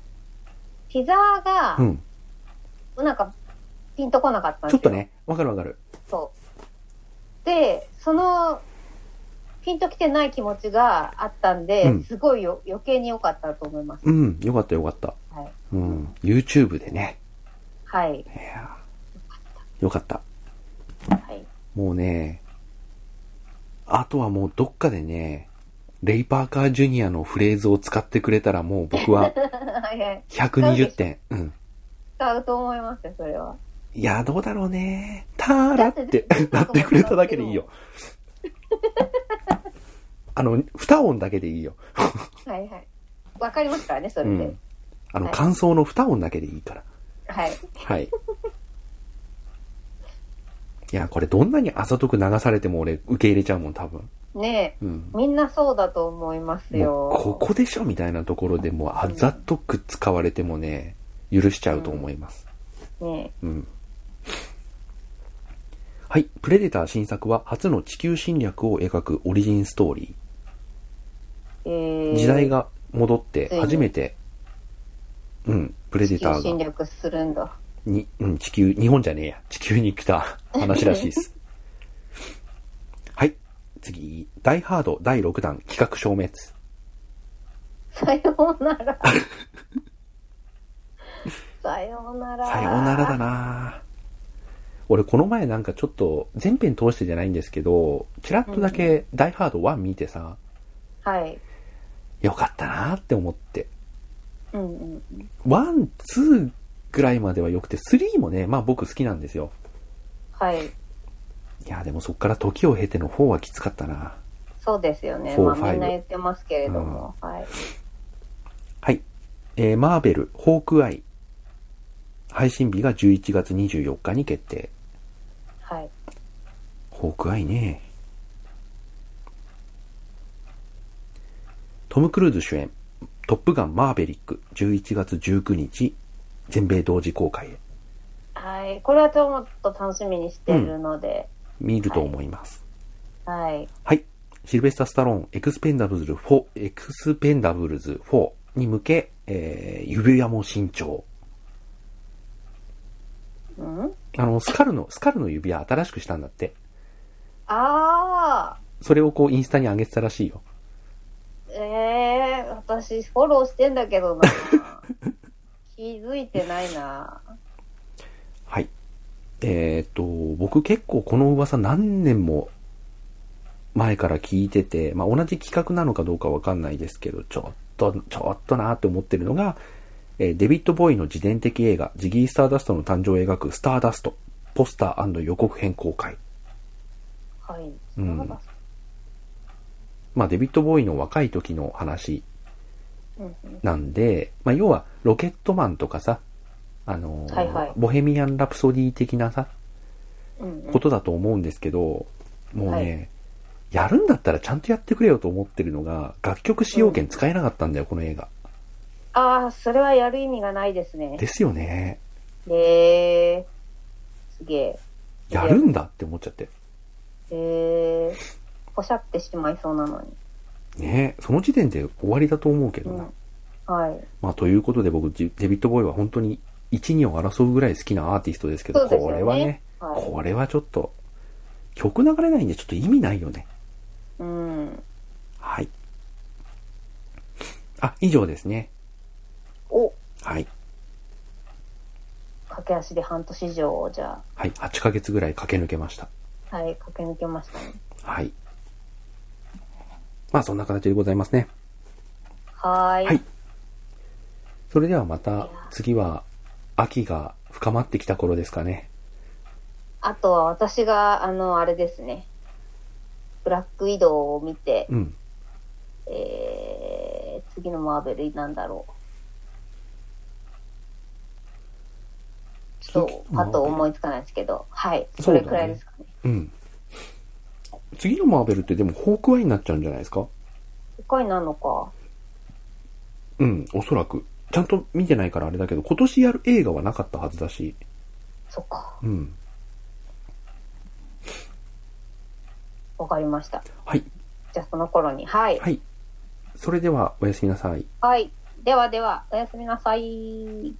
ティザーが
う、ん。
なんか、ピンとこなかったんです
ちょ
よ
っと。ね、わかるわかる。
そう。で、その、ピンときてない気持ちがあったんで、
うん
すごいよ余計に良かったと思います。
うん、よかったよかった。
はい。
うん、YouTube でね。
は
い
い。
やーよかった。
はい。
もうね、あとはもうどっかでね、レイ・パーカー・ジュニアのフレーズを使ってくれたらもう僕 は
はいはい。
120点。うん。
使うと思いますよ、それは。
いや、どうだろうね。たーらって、 なってくれただけでいいよ。あの、二音だけでいいよ。
はいはい。わかりますからね、それ
う
で。
ん。あの、
はい
感想の二音だけでいいから。
はい。
はい。いや、これどんなにあざとく流されても俺受け入れちゃうもん、多分。
ね
うん
え、。みんなそうだと思います
も
よ
う。ここでしょみたいなところでもうあざとく使われてもね、許しちゃうと思います。
ね
うん。はい。プレデター新作は初の地球侵略を描くオリジンストーリ
え
ー。
ー
時代が戻って
ついに
初めて、うん、プレデ
地
タ
球侵
ーが
略するんだ。
に、うん、地球、日本じゃねえや。地球に来た話らしいです。はい。次、ダイハード第6弾企画消滅。
さようなら。 さようなら。
さようならだ。な俺この前なんかちょっと全編通してじゃないんですけど、ちらっとだけダイハード1見てさ、
はい。
よかったなって思って。
うんうん。
1、2ぐらいまでは良くて、3もね、まあ僕好きなんですよ。
はい。
いやでもそっから時を経ての4はきつかったな
そうですよね。
フォー
まあ
ファイブ
みんな言ってますけれども。はい。
はい。えー、マーベル、ホークアイ。配信日が11月24日に決定。
はい。
ホークアイね。トム・クルーズ主演、トップガンマーベリック、11月19日、全米同時公開へ
はい。これはちょっと楽しみにしてるので。
見ると思います。
はい。
はい。シルベスタ・スタローン、エクスペンダブルズ4、エクスペンダブルズ4に向け、えー、指輪も新調。
うん
あの、スカルの、スカルの指輪新しくしたんだって。
ああ。
それをこうインスタに上げてたらしいよ。
ええー、私フォローしてんだけ どな。気づいてないな。
はい。えーっと、僕結構この噂何年も前から聞いてて、まあ、同じ企画なのかどうかわかんないですけど、ちょっと、ちょっとなーって思ってるのが、えーデビッド・ボーイの自伝的映画、ジギー・スターダストの誕生を描くスターダスト、ポスター予告編公開。
はい。
うん
そうだ
まあ、デビッド・ボーイの若い時の話
うんうん
なんで、まあ、要は、ロケットマンとかさ、あのー
はいはい
ボヘミアン・ラプソディ的なさ、
うんうん
ことだと思うんですけど、もうね、
は
やるんだったらちゃんとやってくれよと思ってるのが、楽曲使用権使えなかったんだよ、この映画。
ああ、それはやる意味がないですね
で。すよね。
へえー。すげえ。
やるんだって思っちゃって。
へえー。ポシャってしまいそうなのに。
ねその時点で終わりだと思うけどな。
うん。はい。
まあ、ということで僕、デビッド・ボーイは本当に1、2を争うぐらい好きなアーティストですけど、
そうですよ
こ
ね
れはね、
はい。
これはちょっと、曲流れないんでちょっと意味ないよね。
うん。
はい。あ、以上ですね。
お、
はい。
駆け足で半年以上を、じゃ
はい。8ヶ月ぐらい駆け抜けました。
あ、はい、駆け抜けましたね。
はい。まあ、そんな形でございますね。
はーい。
はいそれではまた、次は、秋が深まってきた頃ですかね。
あとは私が、あの、あれですね。ブラックウィドウを見て、
うん。
えー、次のマーベルなんだろう。ちょっと、パッと思いつかないですけど、はい。
そ
そう
だ
れ
ね
くらいですかね。
うん。次のマーベルってでも、ホークアイになっちゃうんじゃないですか
世界なのか。
うん、おそらく。ちゃんと見てないからあれだけど、今年やる映画はなかったはずだし。
そっか。
うん。
わかりました。
はい。
じゃあその頃に。はい。
はい。それでは、おやすみなさい。
はい。ではでは、おやすみなさい。